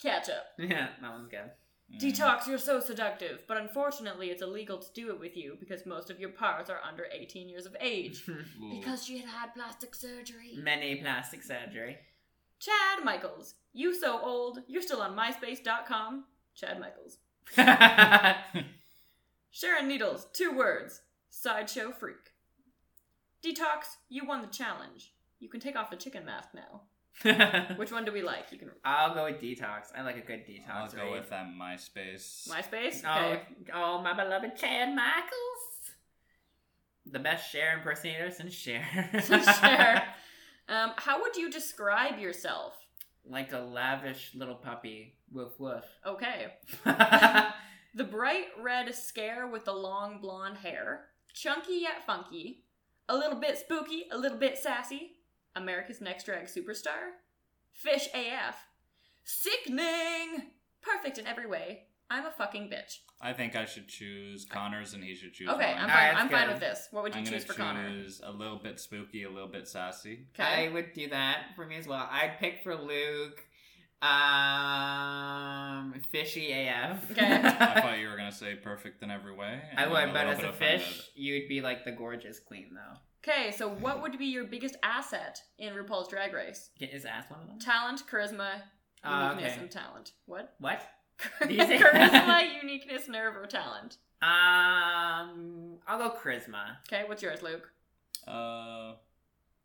C: Ketchup.
B: Yeah, that one's good.
A: mm.
C: Detox, you're so seductive, but unfortunately it's illegal to do it with you because most of your parts are under 18 years of age.
A: Ooh.
C: Because she had had plastic surgery.
B: Many plastic surgery.
C: Chad Michaels. You so old. You're still on MySpace.com. Chad Michaels. Sharon Needles. Two words. Sideshow freak. Detox. You won the challenge. You can take off the chicken mask now. Which one do we like? You can
B: I'll go with detox. I like a good detox.
A: I'll go
B: read.
A: with that MySpace.
C: MySpace.
B: Oh,
C: Okay.
B: oh, my beloved Chad Michaels, the best Cher impersonator since Cher.
C: Cher. Um, how would you describe yourself?
B: like a lavish little puppy. Woof woof.
C: Okay. The bright red scare with the long blonde hair, chunky yet funky, a little bit spooky, a little bit sassy, America's Next Drag Superstar, Fish AF, Sickening! Perfect in every way. I'm a fucking bitch.
A: I think I should choose Connors and he should choose.
C: Okay,
A: mine.
C: I'm fine,
B: All right, that's
C: I'm fine
B: good.
C: with this. What would you
A: I'm
C: choose for Connor?
A: choose a little bit spooky, a little bit sassy.
C: Okay.
B: I would do that for me as well. I'd pick for Luke, um, fishy AF.
C: Okay.
A: I thought you were gonna say perfect in every way. and
B: I
A: I'm
B: would, but
A: little
B: as
A: bit
B: a
A: offended.
B: fish, you'd be like the gorgeous queen, though.
C: Okay, so what would be your biggest asset in RuPaul's Drag Race?
B: Is ass one of them?
C: Talent, charisma,
B: Uh,
C: uniqueness,
B: okay.
C: and talent. What?
B: What? Easy.
C: charisma, uniqueness, nerve, or talent.
B: Um, I'll go charisma.
C: Okay, what's yours, Luke?
A: Uh,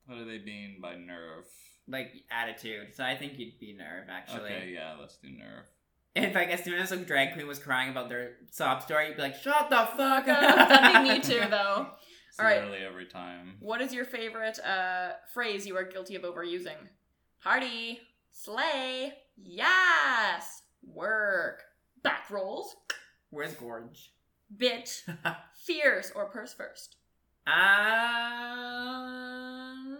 A: what do they mean by nerve?
B: Like attitude. So I think you'd be nerve actually.
A: Okay, yeah, let's do nerve.
B: If like as soon as a drag queen was crying about their sob story, you'd be like, "Shut the fuck up!"
C: Something me too, though.
A: It's
C: All right.
A: literally every time.
C: What is your favorite uh, phrase you are guilty of overusing? Party, slay, yes, work, back rolls,
B: Where's Gorge?
C: bitch, fierce, or purse first.
B: Um,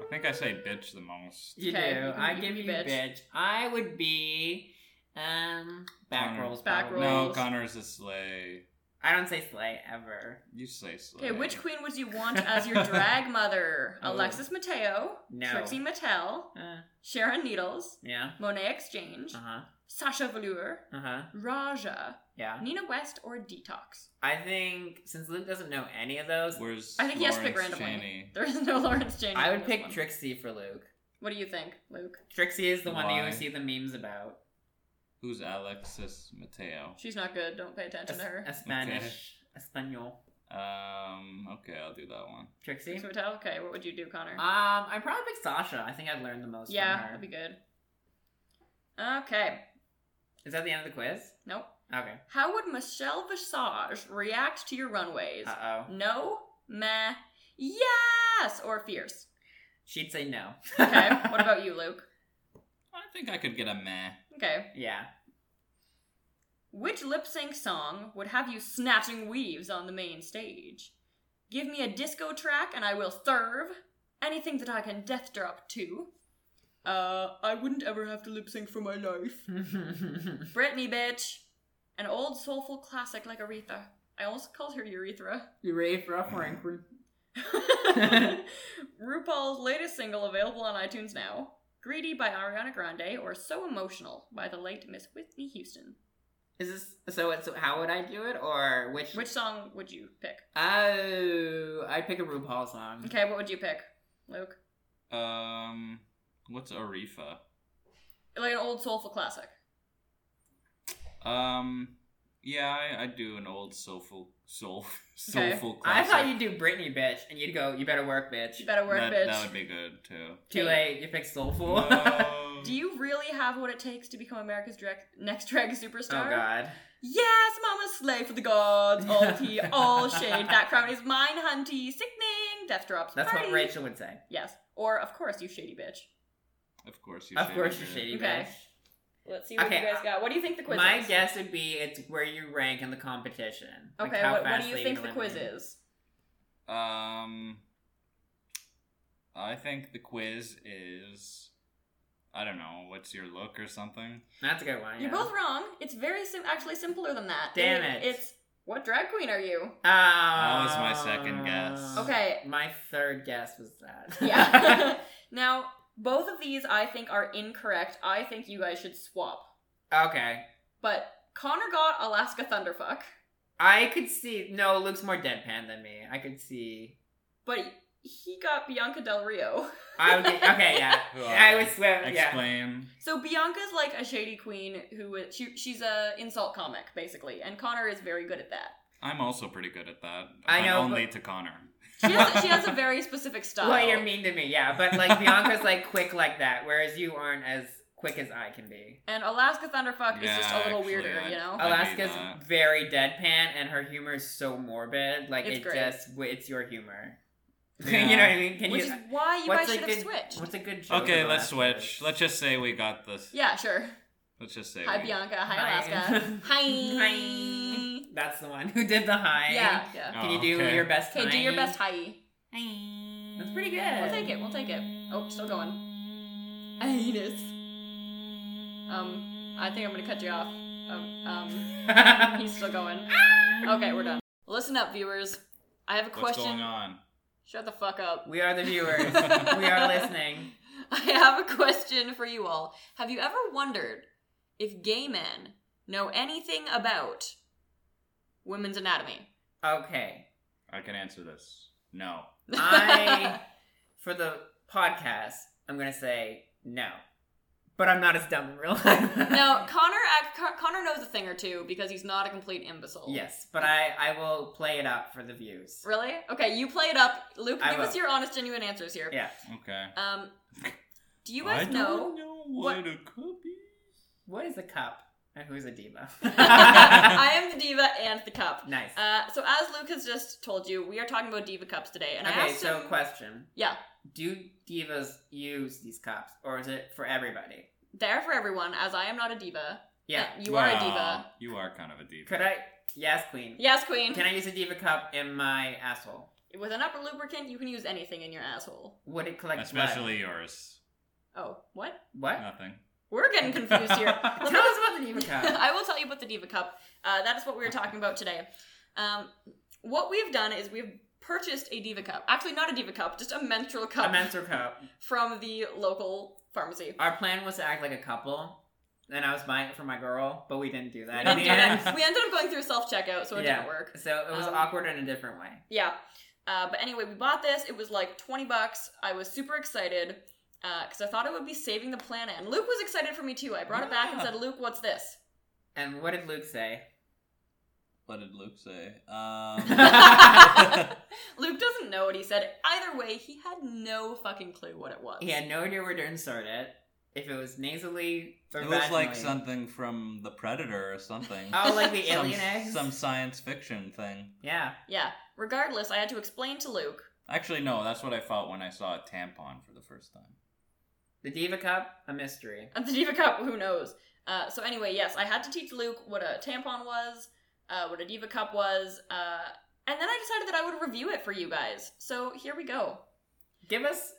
A: I think I say bitch the most.
B: You
C: Okay,
B: do.
C: you can-
B: I
C: you
B: give
C: can
B: you
C: be
B: bitch.
C: bitch.
B: I would be um back
A: Connor.
B: rolls.
C: Back
B: probably.
A: No,
C: Rolls.
A: Connors is slay.
B: I don't say slay ever.
A: You say slay.
C: Okay, which queen would you want as your drag mother?
B: Oh.
C: Alexis Mateo,
B: No.
C: Trixie Mattel,
B: Uh,
C: Sharon Needles,
B: yeah.
C: Monet Exchange,
B: Uh huh.
C: Sasha Velour,
B: Uh huh.
C: Raja,
B: Yeah.
C: Nina West, or Detox?
B: I think since Luke doesn't know any of those,
A: Where's
C: I think he has to pick
A: Lawrence
C: randomly.
A: Chaney?
C: There is no Lawrence Cheney.
B: I
C: on
B: would
C: this
B: pick
C: one.
B: Trixie for Luke.
C: What do you think, Luke?
B: Trixie is the one
A: Why?
B: you see the memes about.
A: Who's Alexis Mateo?
C: She's not good. Don't pay attention to her.
B: A Spanish, Espanol.
A: Um, okay, I'll do that one.
B: Trixie.
C: Six
B: Um,
C: Mattel? Okay, what would you do, Connor?
B: I probably pick Sasha. I think I've learned the most.
C: yeah,
B: from her.
C: that'd be good. Okay.
B: Is that the end of the quiz?
C: Nope.
B: Okay.
C: How would Michelle Visage react to your runways?
B: Uh oh.
C: no, meh, yes, or fierce?
B: She'd say no.
C: Okay, what about you, Luke?
A: I think I could get a meh.
C: Okay.
B: Yeah.
C: Which lip sync song would have you snatching weaves on the main stage? Give me a disco track and I will serve anything that I can death drop to. Uh, I wouldn't ever have to lip sync for my life. Britney, bitch! An old soulful classic like Aretha. I almost called her Urethra.
B: you ready for up or inquiry?
A: Mm-hmm.
C: RuPaul's latest single available on iTunes now. Greedy by Ariana Grande or So Emotional by the late Miss Whitney Houston.
B: Is this so? It's how would I do it or which?
C: Which song would you pick?
B: Oh, I'd pick a RuPaul song.
C: Okay, what would you pick, Luke?
A: Um, what's Arifa?
C: Like an old soulful classic.
A: Um, yeah, I, I do an old soulful, soul,
C: Okay.
A: soulful
B: I
A: classic.
B: thought you'd do Britney, bitch, and you'd go. You better work, bitch.
C: You better work,
A: that,
C: bitch.
A: That would be good too. Um,
B: Too late. You picked soulful. Oh,
A: No.
C: Do you really have what it takes to become America's drag- next drag superstar?
B: Oh God.
C: Yes, mama, slay for the gods. All tea, all shade. That crown is mine, hunty. Sickening. Death drops.
B: That's
C: party.
B: what Rachel would say.
C: Yes. Or, of course, you shady bitch.
A: Of course you.
B: Of
A: should
B: course,
A: do
B: you're
A: it.
B: shady,
C: Okay.
B: bitch.
C: Let's see what
B: Okay,
C: you guys got. What do you think the quiz
B: My
C: is?
B: guess would be it's where you rank in the competition. Like,
C: Okay,
B: how
C: what, what
B: fast
C: do you
B: they
C: think the quiz
B: eliminate.
C: is?
A: Um, I think the quiz is, I don't know, what's your look or something.
B: That's a good one.
C: You're
B: yeah.
C: both wrong. It's very sim- actually simpler than that.
B: Damn it.
C: It's what drag queen are you?
B: Um, that
A: was my second guess.
C: Okay,
B: My third guess was that.
C: Yeah. now, both of these I think are incorrect. I think you guys should swap.
B: okay.
C: But Connor got Alaska Thunderfuck,
B: I could see. No, Luke's more deadpan than me. I could see.
C: but he got Bianca Del Rio.
B: I would get, okay, yeah.
A: Who are
B: I
A: they?
B: would swear. Yeah.
A: Explain.
C: So Bianca's like a shady queen who is- she, she's a insult comic basically, and Connor is very good at that.
A: I'm also pretty good at that.
B: I
A: but
B: know,
A: Only to Connor.
C: She has, she has a very specific style.
B: Well, you're mean to me, yeah. But like Bianca's like quick like that, whereas you aren't as quick as I can be.
C: and Alaska Thunderfuck
A: Yeah,
C: is just a little
A: actually,
C: weirder,
A: I-
C: you know.
A: I- uh, do
B: Alaska's
A: that.
B: very deadpan, and her humor is so morbid. Like
C: It's
B: it
C: great.
B: just it's your humor. you
A: Yeah.
B: know what I mean? Can
C: Which
B: you?
C: is why you guys
B: what's a
C: should have
B: good-
C: switched.
B: What's a good joke?
A: Okay,
B: about
A: let's
B: Alaska?
A: switch. Let's just say we got this.
C: Yeah, sure.
A: Let's just say.
C: Hi
A: we...
C: Bianca. Hi,
B: Hi.
C: Alaska. Hi.
B: Hi. That's the one who did the high.
C: Yeah, yeah.
B: Can you
A: Oh,
B: do
A: okay.
B: your best?
C: Okay, do your
B: hi?
C: best hi.
B: That's pretty good.
C: We'll take it. We'll take it. Oh, still going. Anus. Um, I think I'm gonna cut you off. Um, um, he's still going. Okay, we're done. Listen up, viewers. I have a
A: What's
C: question.
A: going on?
C: Shut the fuck up.
B: we are the viewers. we are listening.
C: I have a question for you all. Have you ever wondered if gay men know anything about women's anatomy?
B: Okay.
A: I can answer this. No.
B: I, for the podcast, I'm gonna say no, but I'm not as dumb in real life.
C: no, Connor. act- Con- Connor knows a thing or two because he's not a complete imbecile.
B: Yes, but I I will play it up for the views.
C: Really? Okay, you play it up. Luke,
B: I
C: give us
B: will.
C: your honest, genuine answers here.
B: Yeah.
A: Okay.
C: Um, do you
A: I
C: guys know?
A: don't know
C: what-
A: what a cup is.
B: What is a cup and who's a diva?
C: I am the diva and the cup.
B: nice.
C: Uh, so as Luke has just told you, we are talking about diva cups today, and I
B: okay,
C: asked
B: so
C: him-
B: question.
C: Yeah.
B: Do divas use these cups, or is it for everybody?
C: there for everyone, as I am not a diva.
B: Yeah.
C: and you are a
A: Well,
C: diva.
A: You are kind of a diva.
B: Could I? Yes, queen.
C: Yes, queen.
B: Can I use a diva cup in my asshole?
C: With an upper lubricant, you can use anything in your asshole.
B: Would it collect
A: Especially yours.
C: Oh, what?
B: blood? what?
A: Nothing.
C: We're getting confused here. Let's
B: Tell us about the diva cup.
C: I will tell you about the Diva Cup. Uh, that is what we were talking about today. Um, what we've done is we've purchased a Diva Cup. Actually, not a Diva Cup, just a menstrual cup
B: a menstrual cup.
C: from the local pharmacy.
B: Our plan was to act like a couple, and I was buying it for my girl, but we didn't do that.
C: We
B: in the end.
C: ended, we ended up going through self checkout, so it
B: Yeah.
C: didn't work.
B: So it was
C: Um,
B: awkward in a different way.
C: Yeah. Uh, but anyway, we bought this. It was like 20 bucks. I was super excited because I thought it would be saving the planet. And Luke was excited for me too. I brought it back and
A: Yeah.
C: said, Luke, what's this?
B: And what did Luke say?
A: What did Luke say? Um,
C: Luke doesn't know what he said. Either way, he had no fucking clue what it was.
B: He had no idea where to insert it. If it was nasally or
A: it was like
B: vaginally.
A: something from The Predator or something.
B: Oh, like the
A: some,
B: alien eggs.
A: some science fiction thing.
B: Yeah.
C: Yeah. Regardless, I had to explain to Luke.
A: Actually, no, that's what I felt when I saw a tampon for the first time.
B: The diva cup, a mystery.
C: At the Diva Cup, who knows? Uh, so anyway, yes, I had to teach Luke what a tampon was, uh, what a Diva Cup was, uh, and then I decided that I would review it for you guys. So here we go.
B: Give us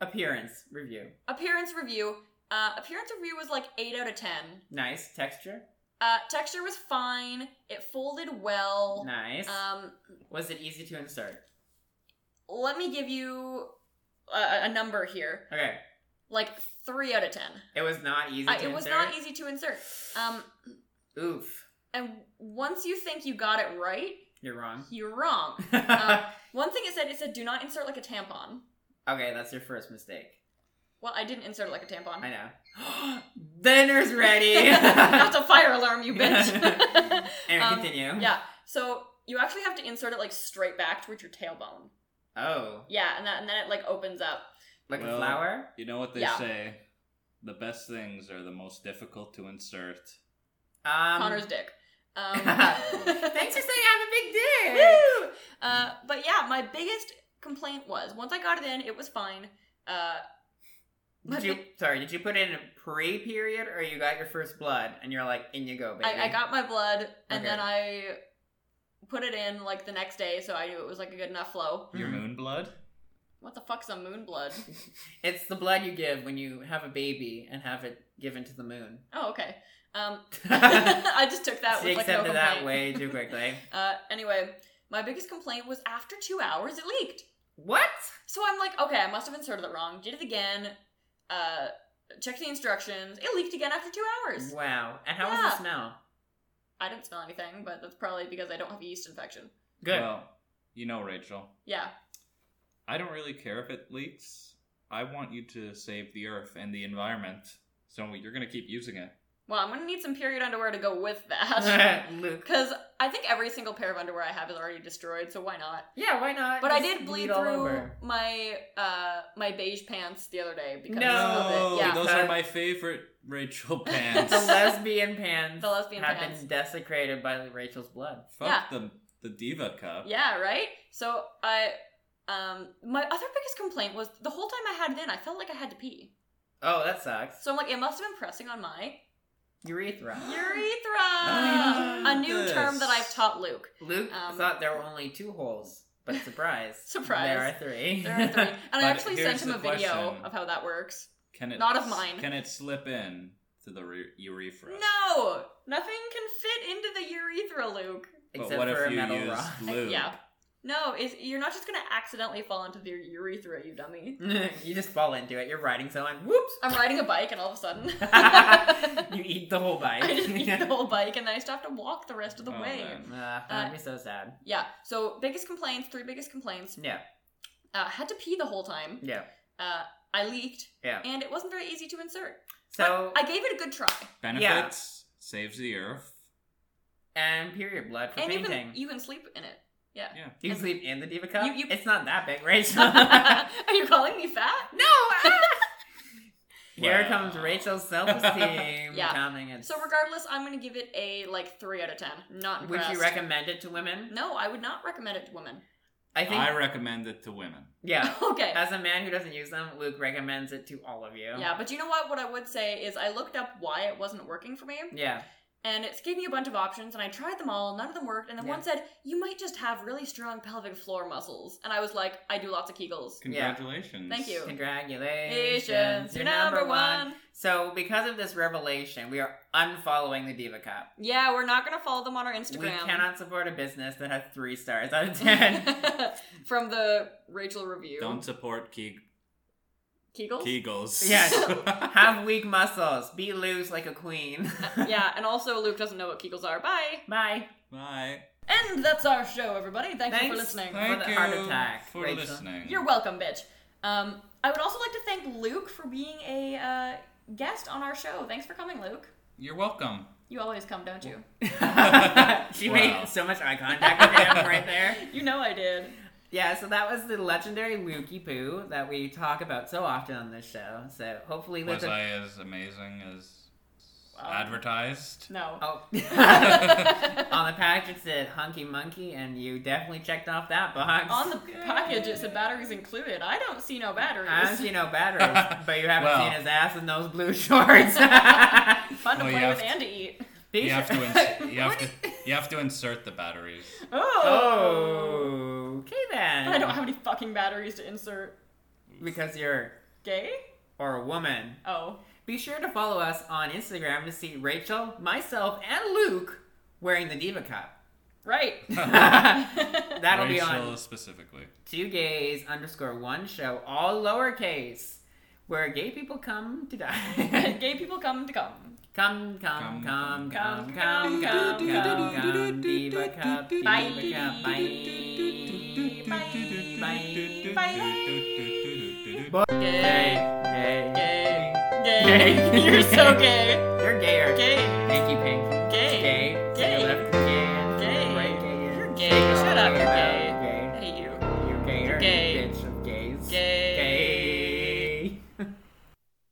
B: appearance review.
C: Appearance review. Uh, appearance review was like 8 out of 10.
B: Nice texture.
C: Uh, texture was fine. It folded well.
B: Nice.
C: Um,
B: was it easy to insert?
C: let me give you a, a number here.
B: Okay.
C: Like 3 out of 10.
B: It was not easy.
C: I,
B: to
C: it was
B: insert?
C: not easy to insert. Um,
B: Oof.
C: and once you think you got it right,
B: You're wrong.
C: You're wrong. Um, one thing it said, it said, do not insert like a tampon.
B: okay, that's your first mistake.
C: Well, I didn't insert it like a tampon.
B: I know. Dinner's ready.
C: That's a fire alarm, you bitch.
B: Anyway,
C: Um,
B: continue.
C: yeah. So you actually have to insert it like straight back towards your tailbone.
B: Oh,
C: Yeah, and, that, and then it like opens up.
B: like a
A: Well-
B: flower.
A: You know what they
C: Yeah.
A: say? The best things are the most difficult to insert.
B: Um,
C: Connor's dick. Um,
B: Thanks for saying I have a big dick.
C: Woo! Uh, but yeah, my biggest complaint was once I got it in, it was fine. Uh,
B: Did you, sorry, did you put in a pre period or you got your first blood and you're like in you go, baby?
C: I, I got my blood and
B: Okay.
C: then I put it in like the next day, so I knew it was like a good enough flow.
A: Your
B: Mhm.
A: moon blood?
C: What the fuck's a moon blood?
B: It's the blood you give when you have a baby and have it given to the moon.
C: Oh, okay. Um,
B: she
C: I just took that with like no
B: accepted
C: complaint.
B: that way too quickly.
C: Uh, anyway, my biggest complaint was after two hours it leaked.
B: what?
C: So I'm like, okay, I must have inserted it wrong. Did it again. Uh, checked the instructions. It leaked again after two hours.
B: Wow. And how was
C: Yeah.
B: the smell?
C: I didn't smell anything, but that's probably because I don't have a yeast infection.
B: Good.
A: Well, you know, Rachel,
C: Yeah.
A: I don't really care if it leaks. I want you to save the earth and the environment. So you're going to keep using it.
C: Well, I'm gonna need some period underwear to go with that.
B: Luke.
C: Because I think every single pair of underwear I have is already destroyed, so why not?
B: Yeah, why not?
C: But I
B: Just
C: did bleed
B: bleed all
C: through
B: over.
C: my uh my beige pants the other day because
B: No.
C: of it. Yeah,
A: those are my favorite Rachel pants.
B: The lesbian pants.
C: The lesbian
B: have
C: pants.
B: been desecrated by Rachel's blood.
A: Fuck
C: Yeah.
A: the the diva cup.
C: yeah, right. So I um my other biggest complaint was the whole time I had it in, I felt like I had to pee.
B: Oh, that sucks.
C: So I'm like, it must have been pressing on my
B: Urethra.
C: urethra, a new
A: Yes.
C: term that I've taught Luke.
B: Luke
C: Um,
B: thought there were only two holes, but surprise,
C: Surprise.
B: there are three.
C: There are three, and I
A: But
C: actually sent
A: here's
C: him
A: the
C: a video
A: question.
C: of how that works.
A: Can it
C: Not of mine.
A: Can it slip in to the re- urethra.
C: No! Nothing can fit into the urethra, Luke.
A: But
B: Except
A: what
B: for
A: if
B: a
A: you
B: metal
A: use
B: rod.
A: lube?
C: Yeah. No, it's, you're not just gonna accidentally fall into the urethra, you dummy.
B: you just fall into it. You're riding someone. Whoops!
C: I'm riding a bike and all of a sudden.
B: you eat the whole bike.
C: I just eat the whole bike and then I still have to walk the rest of the
A: Oh,
C: way.
A: man.
B: Ah, that'd be so sad.
C: Yeah, so biggest complaints, three biggest complaints.
B: Yeah,
C: Uh, had to pee the whole time.
B: yeah,
C: Uh, I leaked.
B: yeah.
C: And it wasn't very easy to insert.
B: So
C: But I gave it a good try.
A: Benefits saves the earth.
B: and period blood for
C: and you
B: painting.
C: can, you can sleep in it.
A: Yeah.
B: you can sleep in the diva cup.
C: You- you-
B: It's not that big, Rachel.
C: Are you calling me fat?
B: no. Here
A: Wow.
B: comes Rachel's self-esteem.
C: Yeah.
B: Coming in.
C: So regardless, I'm gonna give it a like three out of ten. Not
B: would
C: impressed.
B: you recommend it to women?
C: No, I would not recommend it to women.
B: I
A: I,
B: think.
A: recommend it to women.
B: yeah.
C: okay.
B: As a man who doesn't use them, Luke recommends it to all of you.
C: yeah, but you know what? What I would say is I looked up why it wasn't working for me,
B: Yeah.
C: and it gave me a bunch of options, and I tried them all. None of them worked, and then
B: Yeah.
C: one said you might just have really strong pelvic floor muscles, and I was like, I do lots of Kegels.
A: Congratulations.
C: Thank you.
B: Congratulations.
C: You're number one.
B: So, because of this revelation, we are unfollowing the Diva Cup.
C: Yeah, we're not gonna follow them on our Instagram.
B: We cannot support a business that has three stars out of ten.
C: From the Rachel review.
A: Don't support Ke-
C: Kegels.
A: Kegels.
B: Yes. have weak muscles. Be loose like a queen.
C: yeah, and also Luke doesn't know what Kegels are. Bye.
B: Bye.
A: Bye.
C: And that's our show, everybody. Thank you for
B: Thanks.
C: listening.
A: Thank
B: the
A: you
B: heart attack,
A: for
B: Rachel.
A: listening.
C: You're welcome, bitch. Um, I would also like to thank Luke for being a uh, guest on our show. Thanks for coming, Luke.
A: You're welcome.
C: You always come, don't you?
B: she
A: Wow.
B: made so much eye contact with him right there.
C: You know I did.
B: Yeah, so that was the legendary Lukey Poo that we talk about so often on this show. So hopefully,
A: Was
B: with
A: I as amazing as
C: Wow.
A: advertised?
C: No.
B: Oh. Um, on the package it said hunky monkey, and you definitely checked off that box.
C: On the package, it said batteries included. I don't see no batteries.
B: I don't see no batteries, but you haven't
A: Well.
B: seen his ass in those blue shorts.
C: Fun to
B: Oh,
A: Well,
C: play
A: you have
C: with
A: to-
C: and to eat.
A: You have to. Ins- you have
B: What
A: to. You have to insert the batteries.
C: Oh.
B: Oh, okay then.
C: But I don't have any fucking batteries to insert.
B: because you're
C: Gay?
B: or a woman.
C: Oh.
B: Be sure to follow us on Instagram to see Rachel, myself, and Luke wearing the diva cup.
C: Right.
B: That'll be on
A: Rachel specifically.
B: two gays underscore one show, all lowercase, where gay people come to die.
C: Gay people come to come.
B: come, come, come,
A: Come,
C: come,
B: come,
C: come,
B: come, come, come,
C: come,
B: come, diva cup, diva
C: Bye.
B: cup, bye, bye,
C: Gay.
B: Gay, gay,
C: Gay. You're so gay.